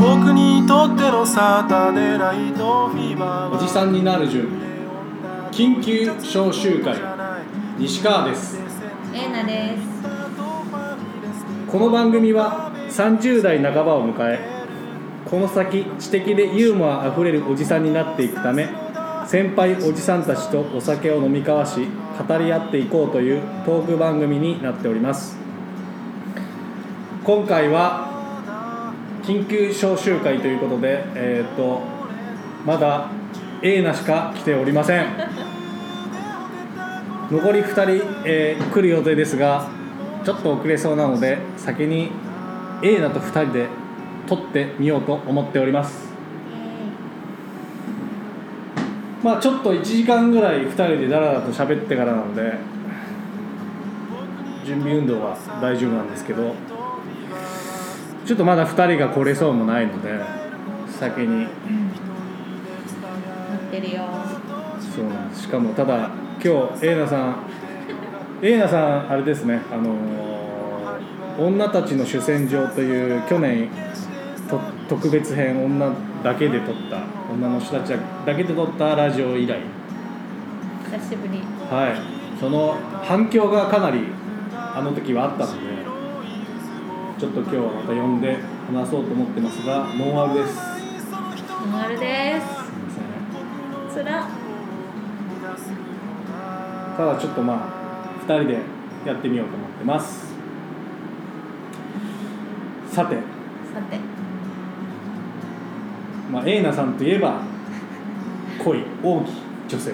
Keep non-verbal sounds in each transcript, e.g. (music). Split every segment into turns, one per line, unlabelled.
僕にとってのサタデーナイトフィーバーは
おじさんになる準備緊急招集会西川です
エーナです
この番組は30代半ばを迎えこの先知的でユーモアあふれるおじさんになっていくため先輩おじさんたちとお酒を飲み交わし語り合っていこうというトーク番組になっております今回は緊急招集会ということでえっ、とまだ A なしか来ておりません残り2人、えー来る予定ですがちょっと遅れそうなので先に A なと2人で撮ってみようと思っておりますまあちょっと1時間ぐらい2人でダラダラと喋ってからなので準備運動は大丈夫なんですけどちょっとまだ2人が来れそうもないので先に
持ってるよ
そうなんですしかもただ今日エイナさんエイナさんあれですね「あのー女たちの主戦場」という去年と特別編女だけで撮った女の人たちだけで撮ったラジオ以来
久しぶり
はいその反響がかなりあの時はあったのでちょっと今日はまた呼んで話そうと思ってますがノンアルですす
ノンアルで
いません
すつら
ただちょっとまあ2人でやってみようと思ってますさて、
さて
まあ、エイナさんといえば恋大きい女性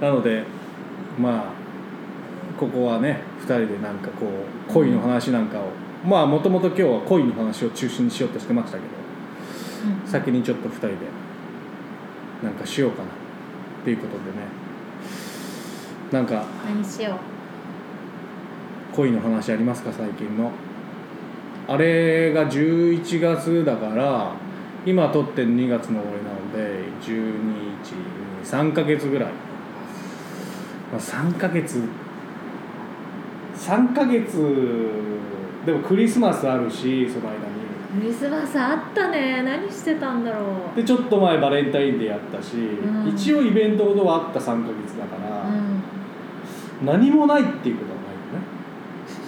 なのでまあここはね2人でなんかこう恋の話なんかをまあもともと今日は恋の話を中心にしようとしてましたけど
う
先にちょっと2人でなんかしようかなっていうことでねなんか
何しよ
恋の話ありますか最近のあれが11月だから今撮ってる2月の終わりなので12123ヶ月ぐらい、まあ、3ヶ月3ヶ月でもクリスマスあるしその間に
うクリスマスあったね何してたんだろう
でちょっと前バレンタインデーやったし、
ん
一応イベントほどはあった3ヶ月だから、
うん
何もないっていうこと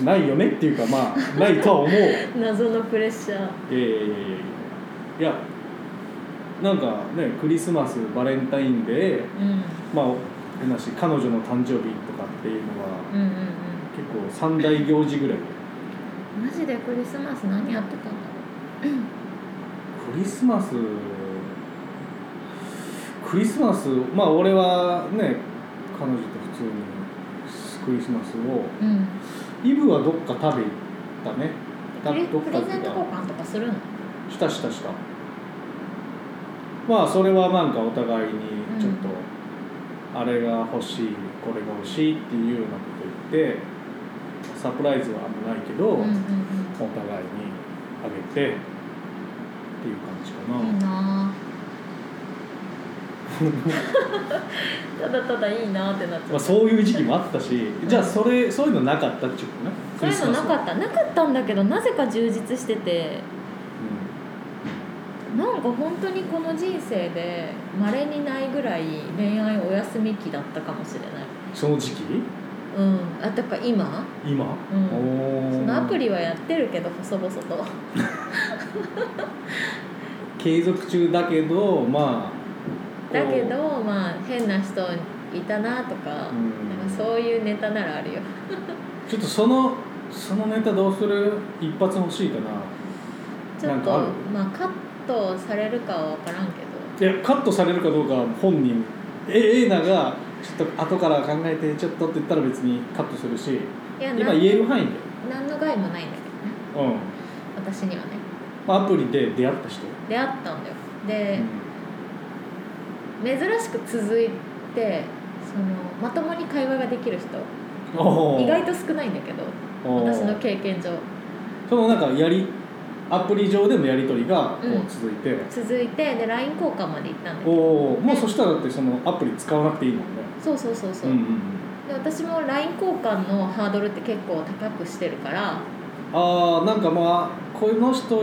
はないよねないよねっていうかまあないとは思う
謎のプレッシャー
いやいやいやいやいやいやなんかねクリスマスバレンタインデー
うん
まあ変なし彼女の誕生日とかっていうのは
うんうん
結構三大行事ぐらいで
うんマジでクリスマス何やってたんだろ
クリスマスクリスマスまあ俺はね彼女と普通にクリスマスを
ううん
イブはどっか食べ行ったねた
プレ
どっ
プ
か
レ
行
ゼント交換とかするの
したしたしたまあそれはなんかお互いにちょっと、あれが欲しいこれが欲しいっていうようなこと言ってサプライズはあんまないけど、
うん
お
うん
互いにあげてっていう感じかな、
うんいい (laughs) なぁただただいいなぁってなっちゃ
まあ、
う
そういう時期もあったしじゃあそれそういうのなかったっていうことね
そういうのなか
た、
ったなかったんだけどなぜか充実しててなんか本当にこの人生で稀にないぐらい恋愛お休み期だったかもしれない
うんその時期
うんあだから今
今、
うん
おー
そのアプリはやってるけど細々と
継続中だけどまあ
だけ
こ
どまあ変な人いたなとか,、
うん
なんかそういうネタならあるよ
うちょっとそのそのネタどうする一発欲しいかな
ちょ
なん
っと
かある
まあカットされるかは分からんけど
いやカットされるかどうかは本人えエイナがちょっと後から考えてちょっとって言ったら別にカットするし
いや
今
なん
言える範囲で、
何の害もないんだけど
う
ね
ん
私にはね
まあ、アプリで出会った人、
出会ったんだよ
う
で、
ん
珍しく続いてそのまともに会話ができる人
おー
意外と少ないんだけど
おー
私の経験上
そのなんかやりアプリ上でのやり取りがこ
うん
う続いて、
続いてで LINE 交換まで行ったんだけ
お
ど
おもうそしたらだってそのアプリ使わなくていいもんね
そうそうそうそう、
んんん
で私も LINE 交換のハードルって結構高くしてるから
ああなんかまあこの人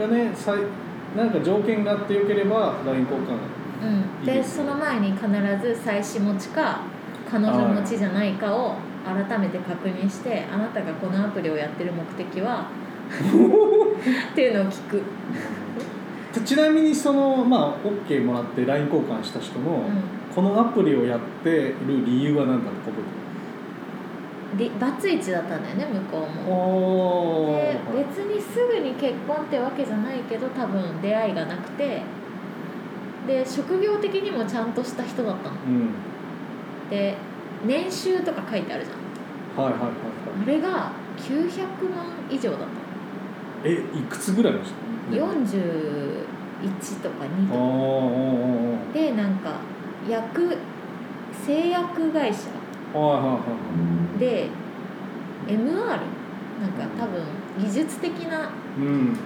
がねさいなんか条件があってよければ LINE 交換
うん
いい
で
です
そ
ね
の前に必ず妻子持ちか彼女持ちじゃないかを改めて確認してあなたがこのアプリをやってる目的
(laughs)
はっていうのを聞く、
でちなみにそのまあ OK もらって LINE 交換した人の、
う
このアプリをやってる理由は何だろう覚
ん、でバツイチだったんだよね向こう
え
も
て。おー
で別にすぐに結婚ってわけじゃないけど多分出会いがなくてで職業的にもちゃんとした人だったの
うん
で年収とか書いてあるじゃん
はいはいはいはい
あれが900万以上だったの
えいくつぐらいの人
41とか2
あー
とか
おー
でなんか薬製薬会社
おーおーはいはいはい
で MR なんか多分技術的な
はいうん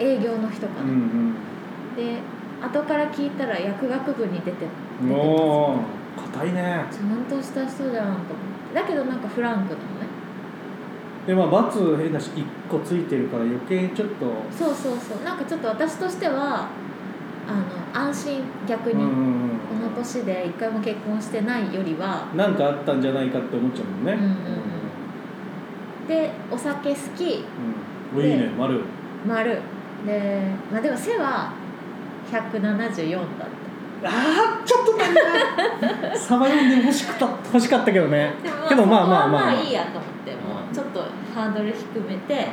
営業の人か
う
な、
ん
で後から聞いたら薬学部に出て
うんおお硬いね
ちゃんとした人じゃんと思ってだけどなんかフランクなのね
でまあバツ変だし1個ついてるから余計ちょっと
そうそうそうなんかちょっと私としてはあの安心逆に、
ん
この年で一回も結婚してないよりは
なんかあったんじゃないかって思っちゃうもんね
うんうんでお酒好き
うんうんいいね丸
丸でまあでも背は174だっ
ああちょっとなんだサバ読んで欲しくた欲しかったけどね
た
けどまあまあまあ
そこはまあいいやと思ってもうちょっとハードル低めて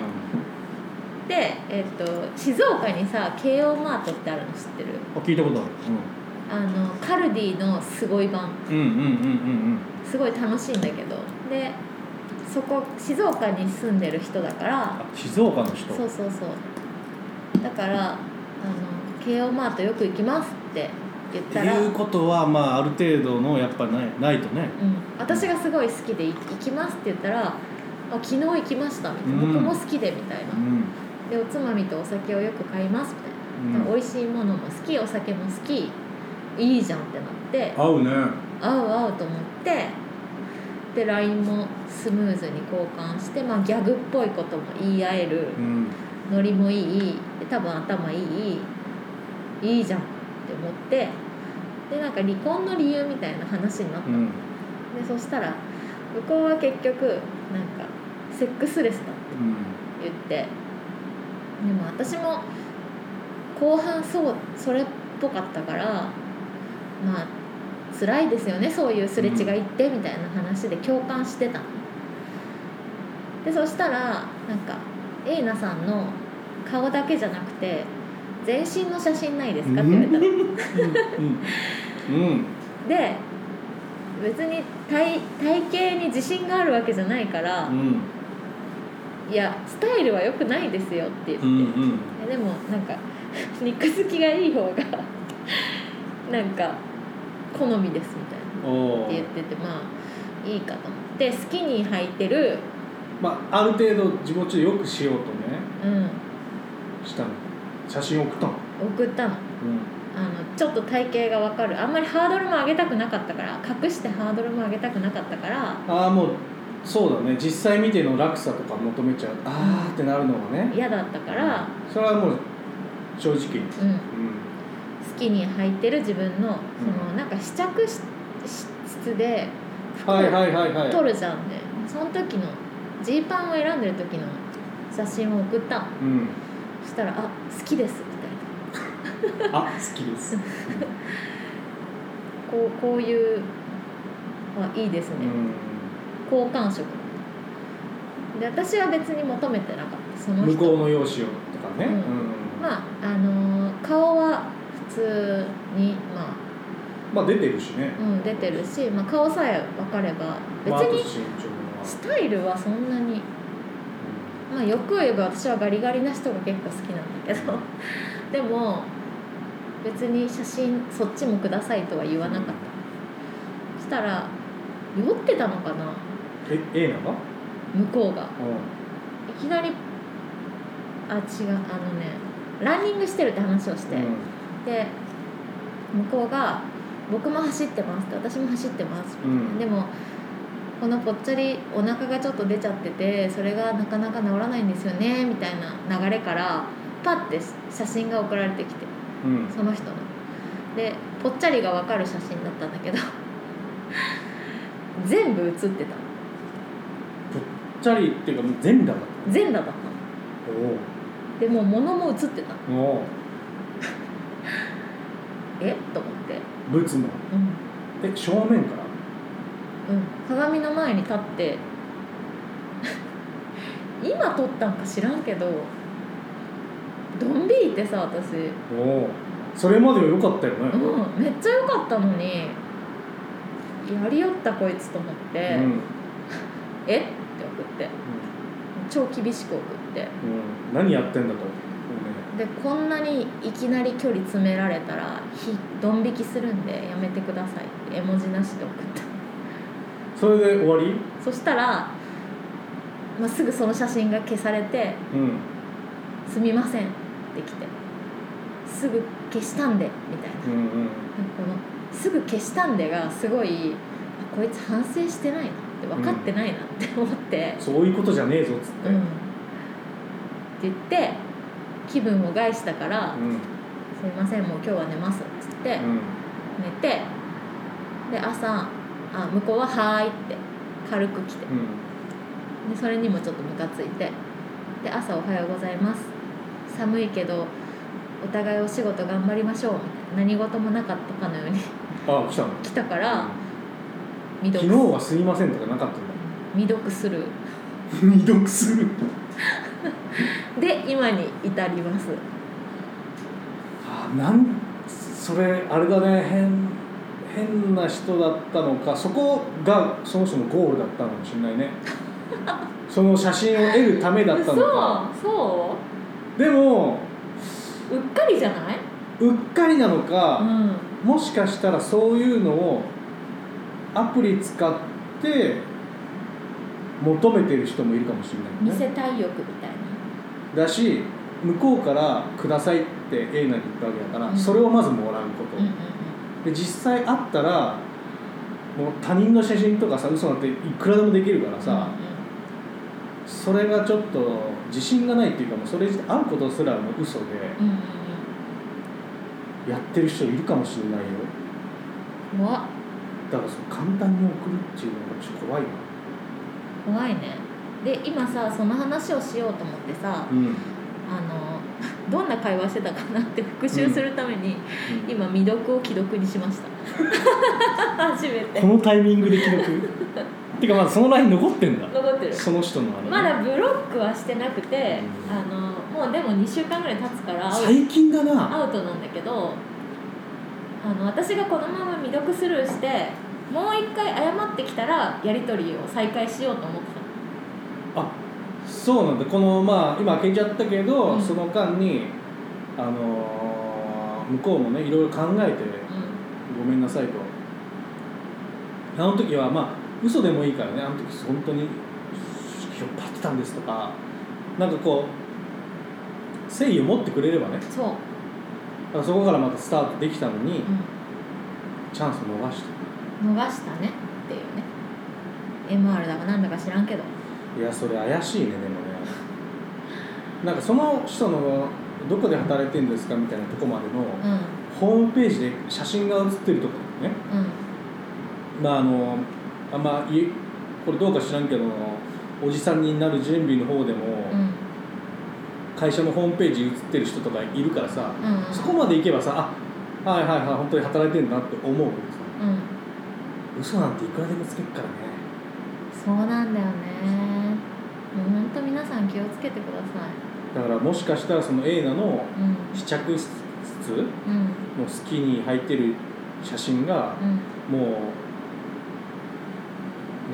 で、えっと静岡にさ慶応マートってあるの知ってる
あ聞いたことある、
あのカルディのすごい版
うん、うんうんうん
すごい楽しいんだけどでそこ静岡に住んでる人だから
あ静岡の人
そうそうそうだからあの「慶応マートよく行きます」って言っ
って
たら、
いうことはまあある程度のやっぱないないとね
うん、私がすごい好きで「い行きます」って言ったら「あ昨日行きました」みたいな「
うん
僕も好きで」みたいな
う、ん、
でおつまみとお酒をよく買いますみたいな
う、
美味しいものも好きお酒も好きいいじゃんってなって
合うね
合う合うと思ってで LINE もスムーズに交換して、まあ、ギャグっぽいことも言い合える
うん
ノリもいいで多分頭いいいいじゃんって思ってでなんか離婚の理由みたいな話になって、
うん
でそしたら向こうは結局なんかセックスレスだって言ってでも私も後半そうそれっぽかったからまあ辛いですよねそういうすれ違いってみたいな話で共感してたのでそしたらなんかエイナさんの顔だけじゃなくて全身の写真ないですかって言われたの
うんうんうん
で別に体体型に自信があるわけじゃないから、
うん
いやスタイルは良くないですよって言って、
うんうん
えでもなんか (laughs) 肉付きがいい方が (laughs) なんか好みですみたいな
お
っ
ー
て言っててまあいいかと思ってスキニー履いてる、
まあある程度自分中よくしようとね
うん、
したの写真送ったの、
送ったのあのちょっと体型が分かるあんまりハードルも上げたくなかったから隠してハードルも上げたくなかったから
ああもうそうだね実際見ての落差とか求めちゃうああってなるのがね
嫌だったから、
それはもう正直に
うん、
う
スキニー履いてる自分のその、
うん
なんか試着し室で
んはいはいはいはい
撮るじゃんねその時のジーパンを選んでる時の写真を送ったの。
うん
そしたら「あ好きです」みたいな
あ好きです
こうこういうあいいです
う
ね、
ん
好感触で私は別に求めてなかったその
向
人
こうの容姿をとかね
うん
うん
まああのー顔は普通にまあ
まあ出てるしね
うん出てるし、まあ、顔さえ分かれば別
まああと
に
身長は
スタイルはそんなにまあよく言えば私はガリガリな人が結構好きなんだけど (laughs) でも別に写真そっちもくださいとは言わなかったそしたら酔ってたのかな
え A なの
向こうが
うん
いきなりあ違うあのねランニングしてるって話をして、で向こうが「僕も走ってます」って「私も走ってます」
うんうん
でもこのぽっちゃりお腹がちょっと出ちゃっててそれがなかなか治らないんですよねみたいな流れからパッて写真が送られてきて
うん
その人のでぽっちゃりが分かる写真だったんだけど (laughs) 全部写ってた
チャリっていうかもう全裸だっ
全裸だった
たお
のでもう物も写ってた
おおお
えと思って
ブーツも
うん
え正面から
うん、鏡の前に立って (laughs) 今撮ったんか知らんけどドンビーってさ私、う
おおそれまでは良かったよね
ん、めっちゃ良かったのにやりよったこいつと思って「
うん
えっ?」て送って超厳しく送って
うん何やってんだと
でこんなにいきなり距離詰められたらひドン引きするんでやめてくださいって絵文字なしで送った (laughs)
それで終わり
そしたら、まあ、すぐその写真が消されて
うん
「すみません」って来て「すぐ消したんで」みたいな
うんうん
なんかこの「すぐ消したんで」がすごいあこいつ反省してないなって分かってないなって思って
そういうことじゃねえぞっつっ
「
て
うん」って言って気分を害したから
うんうん
「すいませんもう今日は寝ます」っつって寝てで朝あ向こうは「はーい」って軽く来て
うん
でそれにもちょっとムカついてで朝「おはようございます」「寒いけどお互いお仕事頑張りましょう」みたいな何事もなかったかのように
あ来たの
来たから未
昨
読
日はすいませんとかなかったんだ (laughs)
未読する
未読する
で今に至ります
あなんそれあれだね変変な人だったのかそこがそもそもゴールだったのかもしれない
(laughs)
ねその写真を得るためだったのか
そうそ
でも
ううっかりじゃないう
っかりなの
う
か、
ん
もしかしたらそういうのをアプリ使って求めてる人もいるかもしれ
見
ない、
せ
ね、
たい欲みたい
だし向こうから「ください」ってエイナに言ったわけだから、
うん
それをまずもらうこと、
なうんうん
で実際会ったらもう他人の写真とかさ嘘なんていくらでもできるから
うん
さ、それがちょっと自信がないっていうかもうそれ自体会うことすらもう嘘で
うんうんうん
やってる人いるかもしれないよ
うん怖っ
だからその簡単に送るっていうのがちょっと怖いな
怖いねで今さその話をしようと思ってさ
うん、うん
あの (laughs) どんな会話してたかなって復習するために、今未読を既読にしました (laughs) 初めて
このタイミングで記録 (laughs) てかまだそのライン残ってんだ
残ってる
その人のあれね、
まだブロックはしてなくてあのもうでも2週間ぐらい経つからアウ
最近だな
アウトなんだけどあの私がこのまま未読スルーしてもう一回謝ってきたらやり取りを再開しようと思って
あそうなんだこのまあ今開けちゃったけど、
うん
その間にあのー向こうもねいろいろ考えて
たう
ごめんなさいとあの時はまあ嘘でもいいからねあの時本当にひょっ張ってたんですとかなんかこう誠意を持ってくれればね
んそう、
あそこからまたスタートできたのに
う
チャンス逃した
ん、逃したねっていうね MR だかなんだか知らんけど
いやそれ怪しいねでもね
(laughs)
なんかその人のどこで働いてるんですかみたいなとこまでの
うんうん
ホームページで写真が写ってるとこねまああのあんまいこれどうか知らんけどおじさんになる準備の方でも、
うん
会社のホームページに写ってる人とかいるからさ、
うんうん
そこまで行けばさあはいはいはい本当に働いてるんだって思うけどさ
うん
嘘なんていくらでもつけるからね
そうなんだよねもうほんと皆さん気をつけてください
だからもしかしたらそのエイナの
うん
試着室
うん
のスキニー履いてる写真が
うん
もう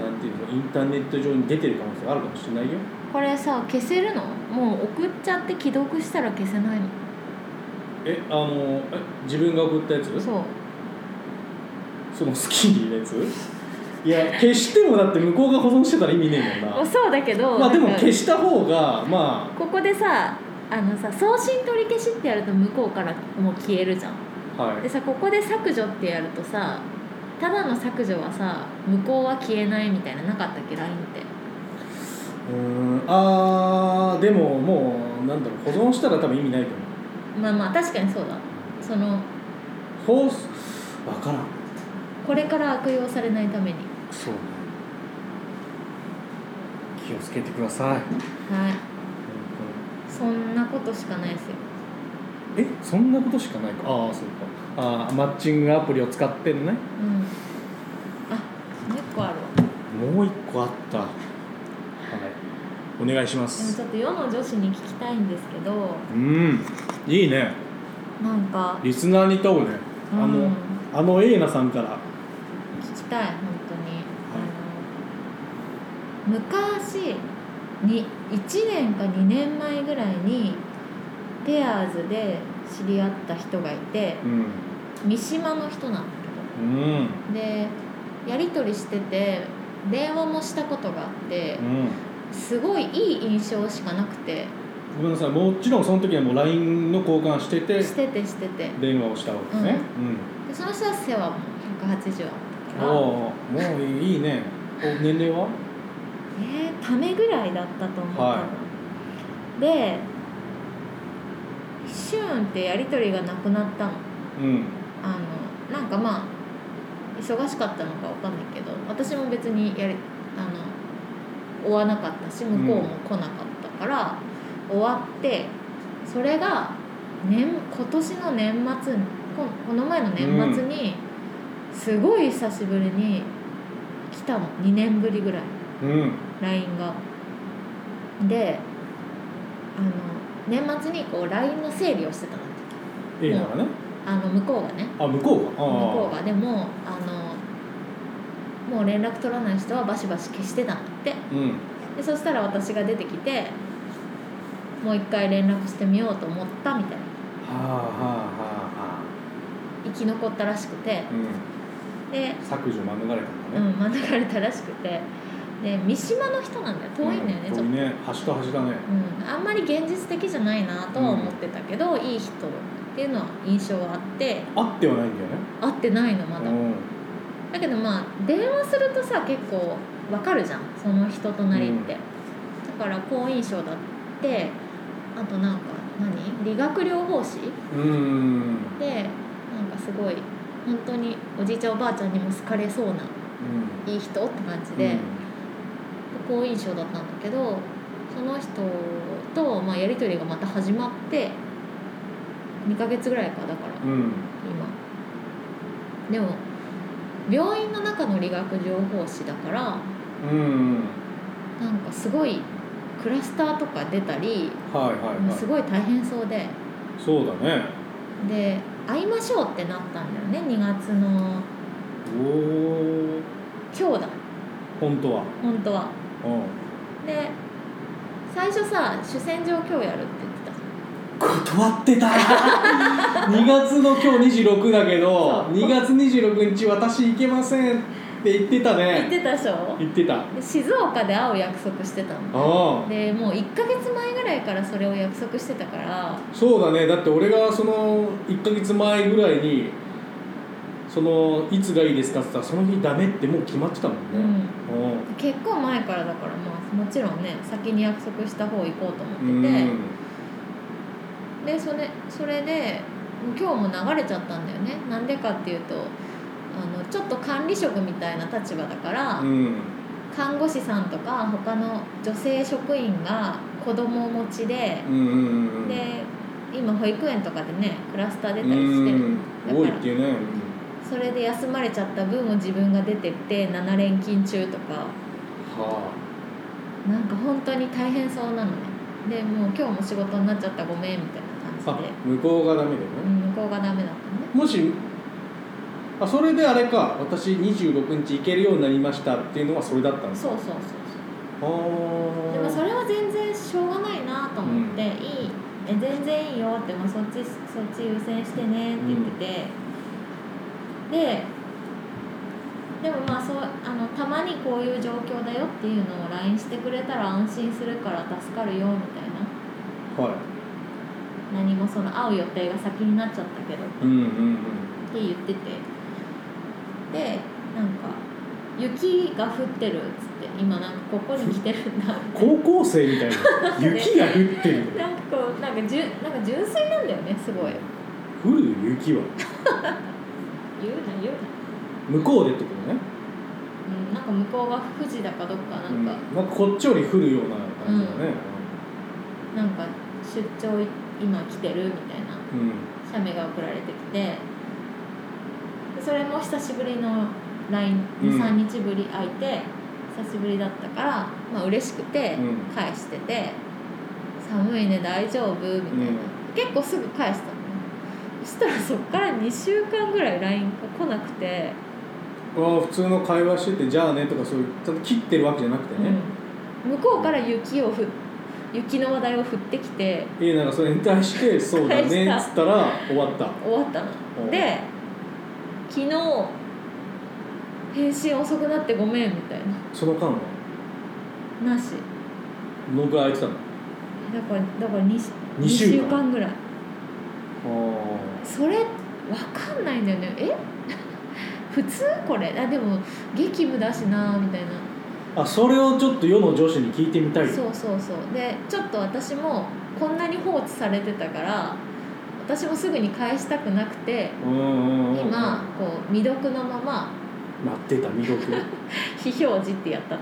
なんていうのインターネット上に出てる可能性があるかもしれないよ
これさ消せるのもう送っちゃって既読したら消せないの
えあのえ自分が送ったやつ
そう
そのスキニーのやついや消してもだって向こうが保存してたら意味ねえもんな
もうそうだけど
まあでも
なんか
消した方がま
ここでさあのさ送信取り消しってやると向こうからもう消えるじゃん
は
でさここで削除ってやるとさただの削除はさ向こうは消えないみたいななかったっけ LINE って
いうーんあーでももうなんだろう保存したら多分意味ないと思う
まあまあ確かにそうだその
放送わからん
これから悪用されないために
そうね気をつけてください
はいそんなことしかないですよ
えそんなことしかないかああそうかああマッチングアプリを使ってんね
うんあもう一個あるわ
もう一個あったはいお願いしま
でもち
す
ょっと世の女子に聞きたいんですけど
うんいいね
なんか、
リスナーに問うねあの、
うん
あのエイナさんから
聞きたい本当に、あの昔に1年か2年前ぐらいにペアーズで知り合った人がいて
うん
三島の人なんだ
うん
けどでやり取りしてて電話もしたことがあって
うん
すごいいい印象しかなくて
ごめんなさいもちろんその時はもう LINE の交換してて
しててしてて
電話をしたわけね
でその人は背はもう180あった
うん、おお
から
もういいねお年齢は
えー、ためぐらいだったと思う、
は
でシューンってやり取りがなくなったの
うん
あのなんかまあ忙しかったのかわかんないけど私も別にやりあの追わなかったし向こうも来なかったから、終わってそれが年今年の年末にここの前の年末に、すごい久しぶりに来たの2年ぶりぐらい。
うん、
LINE がであの年末にこう LINE の整理をしてたの
いいならね
あの向こうがね
あ向こうが
向こう
が
がでもあのもう連絡取らない人はバシバシ消してたんだって
うん
でそしたら私が出てきてもう一回連絡してみようと思ったみたいな
はあはあは
生き残ったらしくて
あはあ、う
で
ん、削除免れたんだね、
うん免れたらしくてで三島の人なんだよ遠いんだよね、
う
ちょっ
遠
と
いね端と端だね
うん、あんまり現実的じゃないなとは思ってたけど、いい人っていうのは印象はあって
あってはないんだよね
会ってないのまだ、
うん
だけどまあ電話するとさ結構わかるじゃんその人となりって、
うん
だから好印象だってあとなんか何理学療法士
うん
でなんかすごい本当におじいちゃんおばあちゃんにも好かれそうな
うん
いい人って感じで、好印象だったんだけどその人と、まあ、やり取りがまた始まって2ヶ月ぐらいかだから
うん、うん
今でも病院の中の理学療法士だから
うん、
なんかすごいクラスターとか出たり、
はいはいは
す
い
ごい大変そうで
そうだね
で会いましょうってなったんだよね2月の
おお
今日だ
本当は
本当は
うん
で最初さ主戦場今日やるって言ってた
断ってた2月の今日26だけど
そう
2月26日私行けませんって言ってた
言
ね
ってたでしょ
言ってたあ
で静岡で会う約束してたの
あ
でもう1ヶ月前ぐらいからそれを約束してたから
そうだねだって俺がその1ヶ月前ぐらいにそのいつがいいですかって言ったらその日ダメってもう決まってたもん
う
ね
ん結構前からだからまあもちろんね先に約束した方行こうと
うん
思ってて、でそれそれでもう今日も流れちゃったんだよねなんでかっていうとあのちょっと管理職みたいな立場だから、
うん
看護師さんとか他の女性職員が子供を持ちで、
うんうんうんうん
で今保育園とかでねクラスター出
う
たりしてる、
ん
だか
多
ら
いっていうね
それで休まれちゃった分を自分が出てって7連勤中とか
は
なんか本当に大変そうなのねでもう今日も仕事になっちゃったごめんみたい
あ
な
あ
感じで、
向こうがダメだよね
うん、向こうがダメだったのね
もしあそれであれか私26日行けるようになりましたっていうのはそれだったんです
そうそうそう
あ
そう
ー
でもそれは全然しょうがないなと思って、いいえ全然いいよって、まあ、そっちそっち優先してねって言ってて、ででもまあそうあのたまにこういう状況だよっていうのを LINE してくれたら安心するから助かるよみたいな
はい
何もその会う予定が先になっちゃったけどって
うんうん
言っててでなんか「雪が降ってる」っつって「今なんかここに来てるん (laughs) だ」
うん高校生みたいな雪が降ってる
なんかこうなんかじゅなんか純粋なんだよねすごい
降る雪は
言うな言うな、
向こうでってことね
うん、なんか向こうが富士だかどっかな
うんんな
か、
んかこっちより降るような感じだね
なんか出張い今来てるみ
う
たいな
ん
写メが送られてきてでそれも久しぶりの LINE23、
うん
日ぶり空いて久しぶりだったからまあ嬉しくて
うん
返してて「寒いね大丈夫」みたいな、
うん
結構すぐ返したのねそしたらそっから2週間ぐらい LINE が来なくて、
ああ普通の会話してて「じゃあね」とかそういうちゃんと切ってるわけじゃなくてね、
うん向こうから雪をふ雪の話題を振ってきて
えなんかそれに対
(laughs)
して「そうだね」っつったら終わった
終わった
おう
ので昨日返信遅くなってごめんみたい
その間は
ななし
どのくらい空いてたの
だからだから 2,
二週間
ぐらい
あ
それわかんないんだよねえ (laughs) 普通これあでも激務だしなみたいな
ああそれをちょっと世の女子に聞いてみたい
そうそうそうでちょっと私もこんなに放置されてたから私もすぐに返したくなくて
うんうんうん
今こう未読のまま
待ってた未読
非表示ってやったの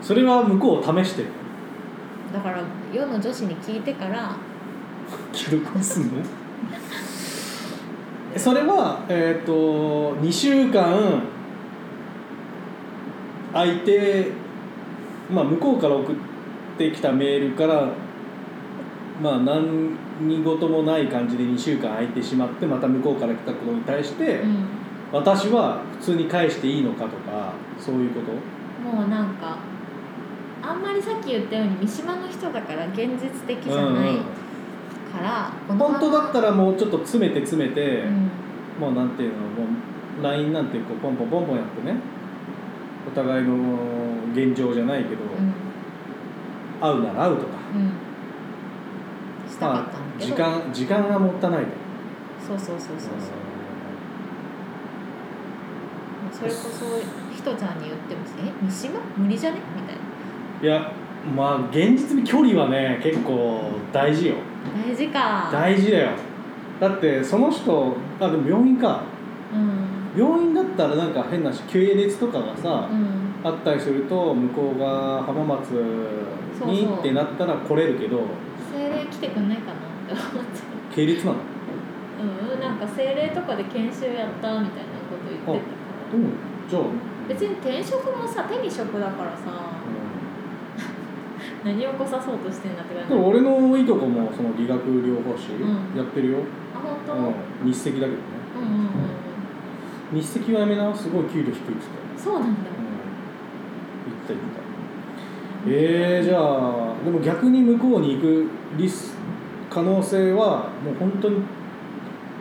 それは向こうを試してる
だから世の女子に聞いてから
既読すんの (laughs) それはえっ、と2週間空いてまあ向こうから送ってきたメールからまあ何事もない感じで2週間空いてしまってまた向こうから来たことに対して、
うん
私は普通に返していいのかとかそういうこと
もうなんかあんまりさっき言ったように三島の人だから現実的じゃ
うん
ない
うん
から、
本当だ
っ
ったらもうちょっと詰めて詰めて、
てうん、
もうなんていうのもう LINE なんてこうポンポンポンポンやってねお互いの現状じゃないけど、
うん
会うなら会うとか
うんしたかったんだけ
時
ど、
間時間がもったいないと
そうそうそうそうそうそれこそひとちゃんに言っても「え三島無理じゃね?」みたい
いやまあ現実に距離はね結構大事よ
な大事か
大事だよだってその人あでも病院か
うん
病院だったらなんか変なし経熱とかがさ、
うん
あったりすると向こうが浜松に
そうそう
ってなったら来れるけど
精霊来てくんないかなって思って
系列なの
うんなんか精霊とかで研修やったみたいなこと言ってたか
でもじゃあ
ら別に転職もさ手に職だからさ何をこさそうとしてんだって感じ
でも俺のいとこもその理学療法士
うん
やってるよ、
あ本当、
うん、日赤だけどね
うんうんうん
日赤はやめなすごい給料低いっつって、うん、言
うんそうなんだ
った言ったえー、じゃあでも逆に向こうに行くリス可能性はもう本当に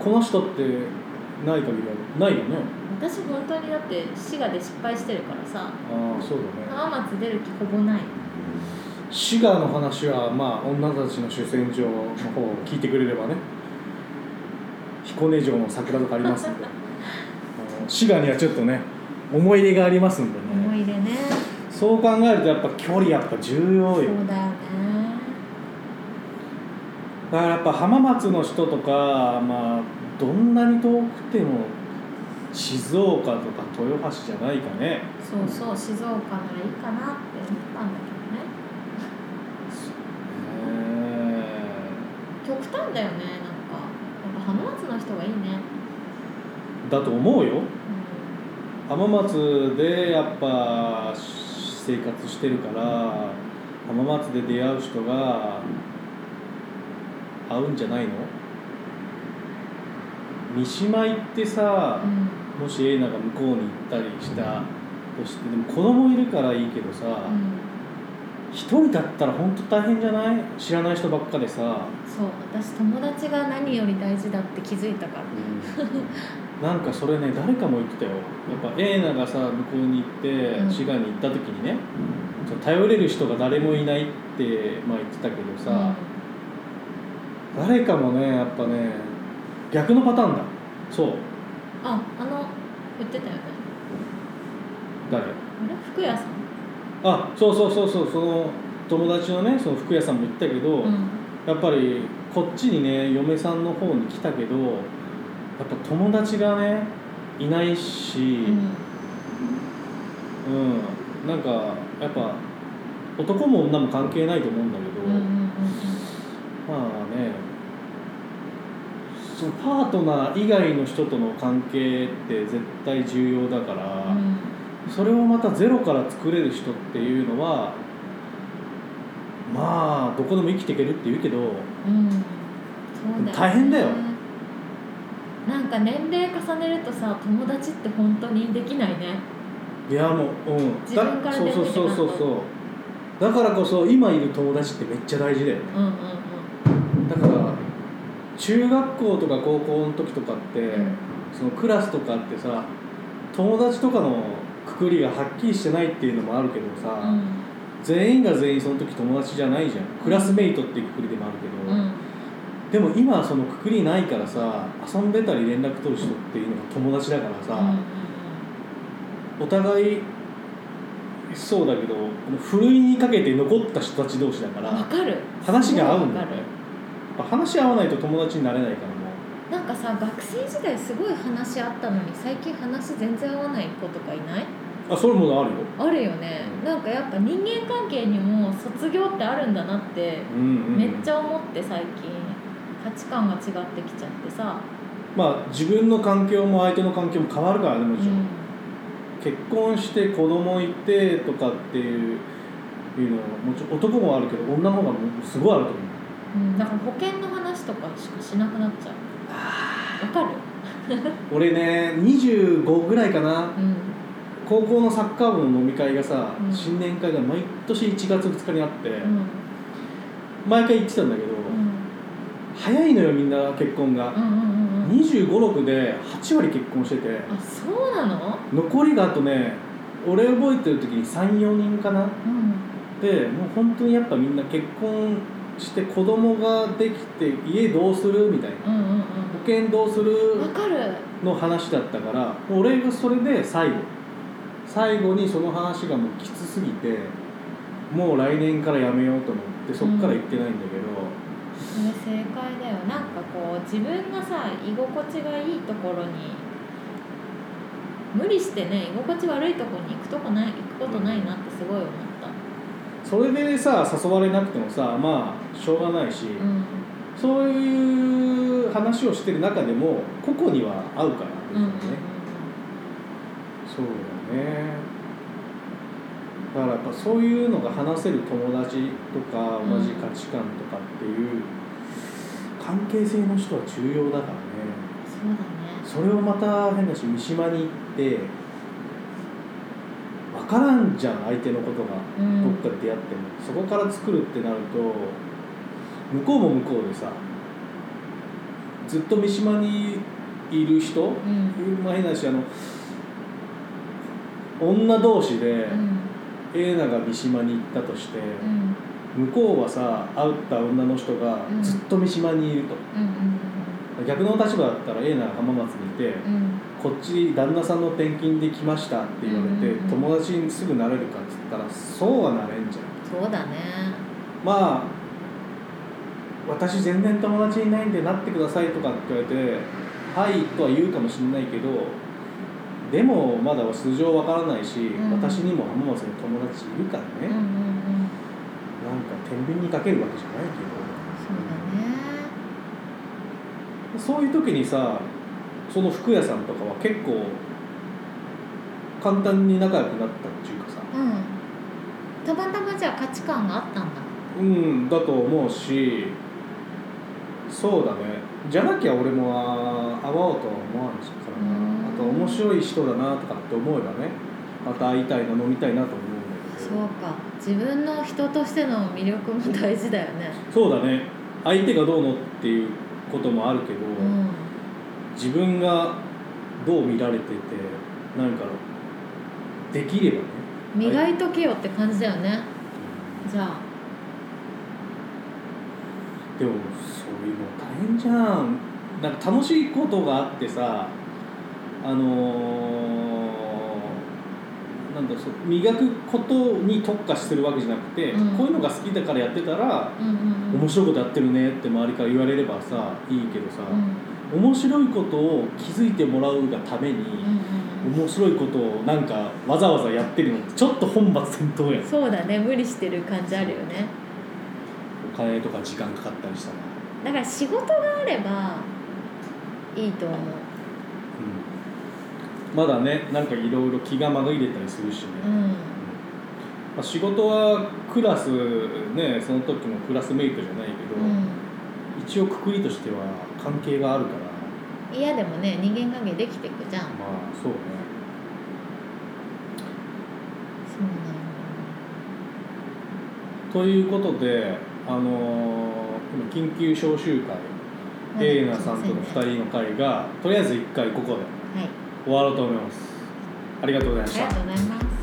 この人ってない限りはないよね
私本当にだって滋賀で失敗してるから
あ
さ
あそうだね
浜松出る気ほぼない
滋賀の話はまあ女たちの主戦場の方を聞いてくれればね彦根城の桜とかありますん
(laughs)
であの滋賀にはちょっとね思い入れがありますんで
思
ね
い出ね
そう考えるとやっぱ距離やっぱ重
そ
要
う
よ
だよね
だからやっぱ浜松の人とかまあどんなに遠くても静岡とか豊橋じゃないかね
そうそう静岡ならいいかなって思ったんだけどね極端だよねなんかやっぱ浜松の人がいいね
だと思うよ
う
浜松でやっぱ生活してるから浜松で出会う人が合うんじゃないの三島行ってさ
ん、うん
もしエイナが向こうに行ったりしたとしてでも子供いるからいいけどさ
うん、
一人だったら本当大変じゃない知らない人ばっかでさ、
そう私友達が何より大事だって気づいたから
なんかそれね誰かも言ってたよやっぱエイナがさ向こうに行って
うん
滋賀に行った時にね、頼れる人が誰もいないって、まあ、言ってたけどさ、誰かもねやっぱね逆のパターンだそう
ああの言ってたよね
誰
あれ服屋さん
あそうそうそうそうその友達のねその服屋さんも言ったけど、
うん
やっぱりこっちにね嫁さんの方に来たけどやっぱ友達がねいないし、
うん
うん、なんかやっぱ男も女も関係ないと思うんだけど、
うんうんうん
まあねそのパートナー以外の人との関係って絶対重要だから、
うん
それをまたゼロから作れる人っていうのはまあどこでも生きていけるって言うけど
うんそうだよね
大変だよ
なんか年齢重ねるとさ友達って本当にできないね
いやもう、うん、
自分から
そ
出
う
て
そうそうそう
きた
そうだからこそ今いる友達ってめっちゃ大事だよね
うんうん
だから中学校とか高校の時とかって、
うんうん
そのクラスとかってさ友達とかのくくりがはっきりしてないっていうのもあるけどさ、全員が全員その時友達じゃないじゃんクラスメイトっていうくくりでもあるけ
う
ど、
ん
でも今はそのくくりないからさ遊んでたり連絡取る人っていうのが友達だからさ、お互いそうだけどこのふるいにかけて残った人たち同士だか
わ
ら
かる
話が合うんだよ
すごい
ね
わか
やっぱ話し合わないと友達になれないからもう。
るなんかさ学生時代すごい話あったのに最近話全然合わない子とかいない
あそういうものあるよ
あるよねなんかやっぱ人間関係にも卒業ってあるんだなって
うんうん
めっちゃ思って最近価値観が違ってきちゃってさ、
まあ自分の環境も相手の環境も変わるからね
う
もちろん、
ん、
結婚して子供いてとかっていういうのはもちろん男もあるけど女の方がもうすごいあると思う
うん、だから保険の話とかしかしなくなっちゃうわかる
俺ね25ぐらいかな
うん
高校のサッカー部の飲み会がさ、
うん
新年会が毎年1月2日にあって、
うん
毎回行ってたんだけど、
うん
早いのよみんな結婚が
う、んうんうんうん
2 5 6で8割結婚してて
あそうなの
残りがあとね俺覚えてる時に34人かな
うん
でもう本当にやっぱみんな結婚して子供ができて家どうするみたいな
うんうん
保険どうす
うんわ
る
かる
の話だったから俺がそれで最後最後にその話がもうきつすぎてもう来年からやめようと思ってそっから行ってないんだけど、
それ正解だよなんかこう自分がさ居心地がいいところに無理してね居心地悪いところに行くとこない行くことないなってすごい思った
それでさ誘われなくてもさまあしょうがないし、
うん
そういう話をしてる中でも個々には合うから別
うんうん
にね、そうだねだからやっぱそういうのが話せる友達とか
うん
同じ価値観とかっていう関係性の人は重要だからね
そうだね
それをまた変だし三島に行って分からんじゃん相手のことが
うん
どっかで出会っても、そこから作るってなると向こうも向こうでさずっと三島にいる人、
うん
まあ変な話あの女同士で
うん
エイナが三島に行ったとして、
うん
向こうはさ会った女の人が
うん
ずっと三島にいると、
うん
逆の立場だったらエイナが浜松にいて、
うんうん
こっち旦那さんの転勤で来ましたって言われて、
うんうんう
友
ん
達にすぐなれるかっつったらそうはなれんじゃん
そうだね
まあ私全然友達いないんでなってくださいとかって言われて「はい」とは言うかもしれないけどでもまだ素性わからないし、
うん
私にも浜松の友達いるから
うんうんう
ね、
ん
なんか天秤にかけるわけじゃないけ
そうだ
どそういう時にさその服屋さんとかは結構簡単に仲良くなったっていうかさ
ねうんたまたまじゃあ価値観があったんだ
うんだと思うしそうだねじゃなきゃ俺もあ会おうとは思わんから
うん
なあと面白い人だなとかって思えばねまた会いたいな飲みたいなと思うんだけ
そ
ど
うか自分の人としての魅力も大事だよね
そうだね相手がどうのっていうこともあるけど、
うん
自分がどう見られてて何かできればね
磨いとけよって感じだよねじゃあ
でもそういうの大変じゃんなんか楽しいことがあってさあのーなんだろうそう磨くことに特化してるわけじゃなくて、
うん
こういうのが好きだからやってたら
うんうんうん
面白いことやってるねって周りから言われればさいいけどさ、面白いことを気づいてもらうがために、
うんうんうん
面白いことをなんかわざわざやってるのってちょっと本末転倒やん
そうだね無理してる感じあるよね
お金とか時間かかったりしたら、
だから仕事があればいいと思う
うんまだねなんかいろいろ気が紛れたりするしね、
うん
まあ、仕事はクラスねその時もクラスメイトじゃないけど、
う
一応くくりとしては関係があるから
ん嫌でもね人間関係できていくじゃん
まあそうね
そうな
ということであのー今緊急招集会
の
エーナさんとの2
はい
人の会がとりあえず1回ここで終わろうと思いますありがとうございまし
ありが
た
とうございます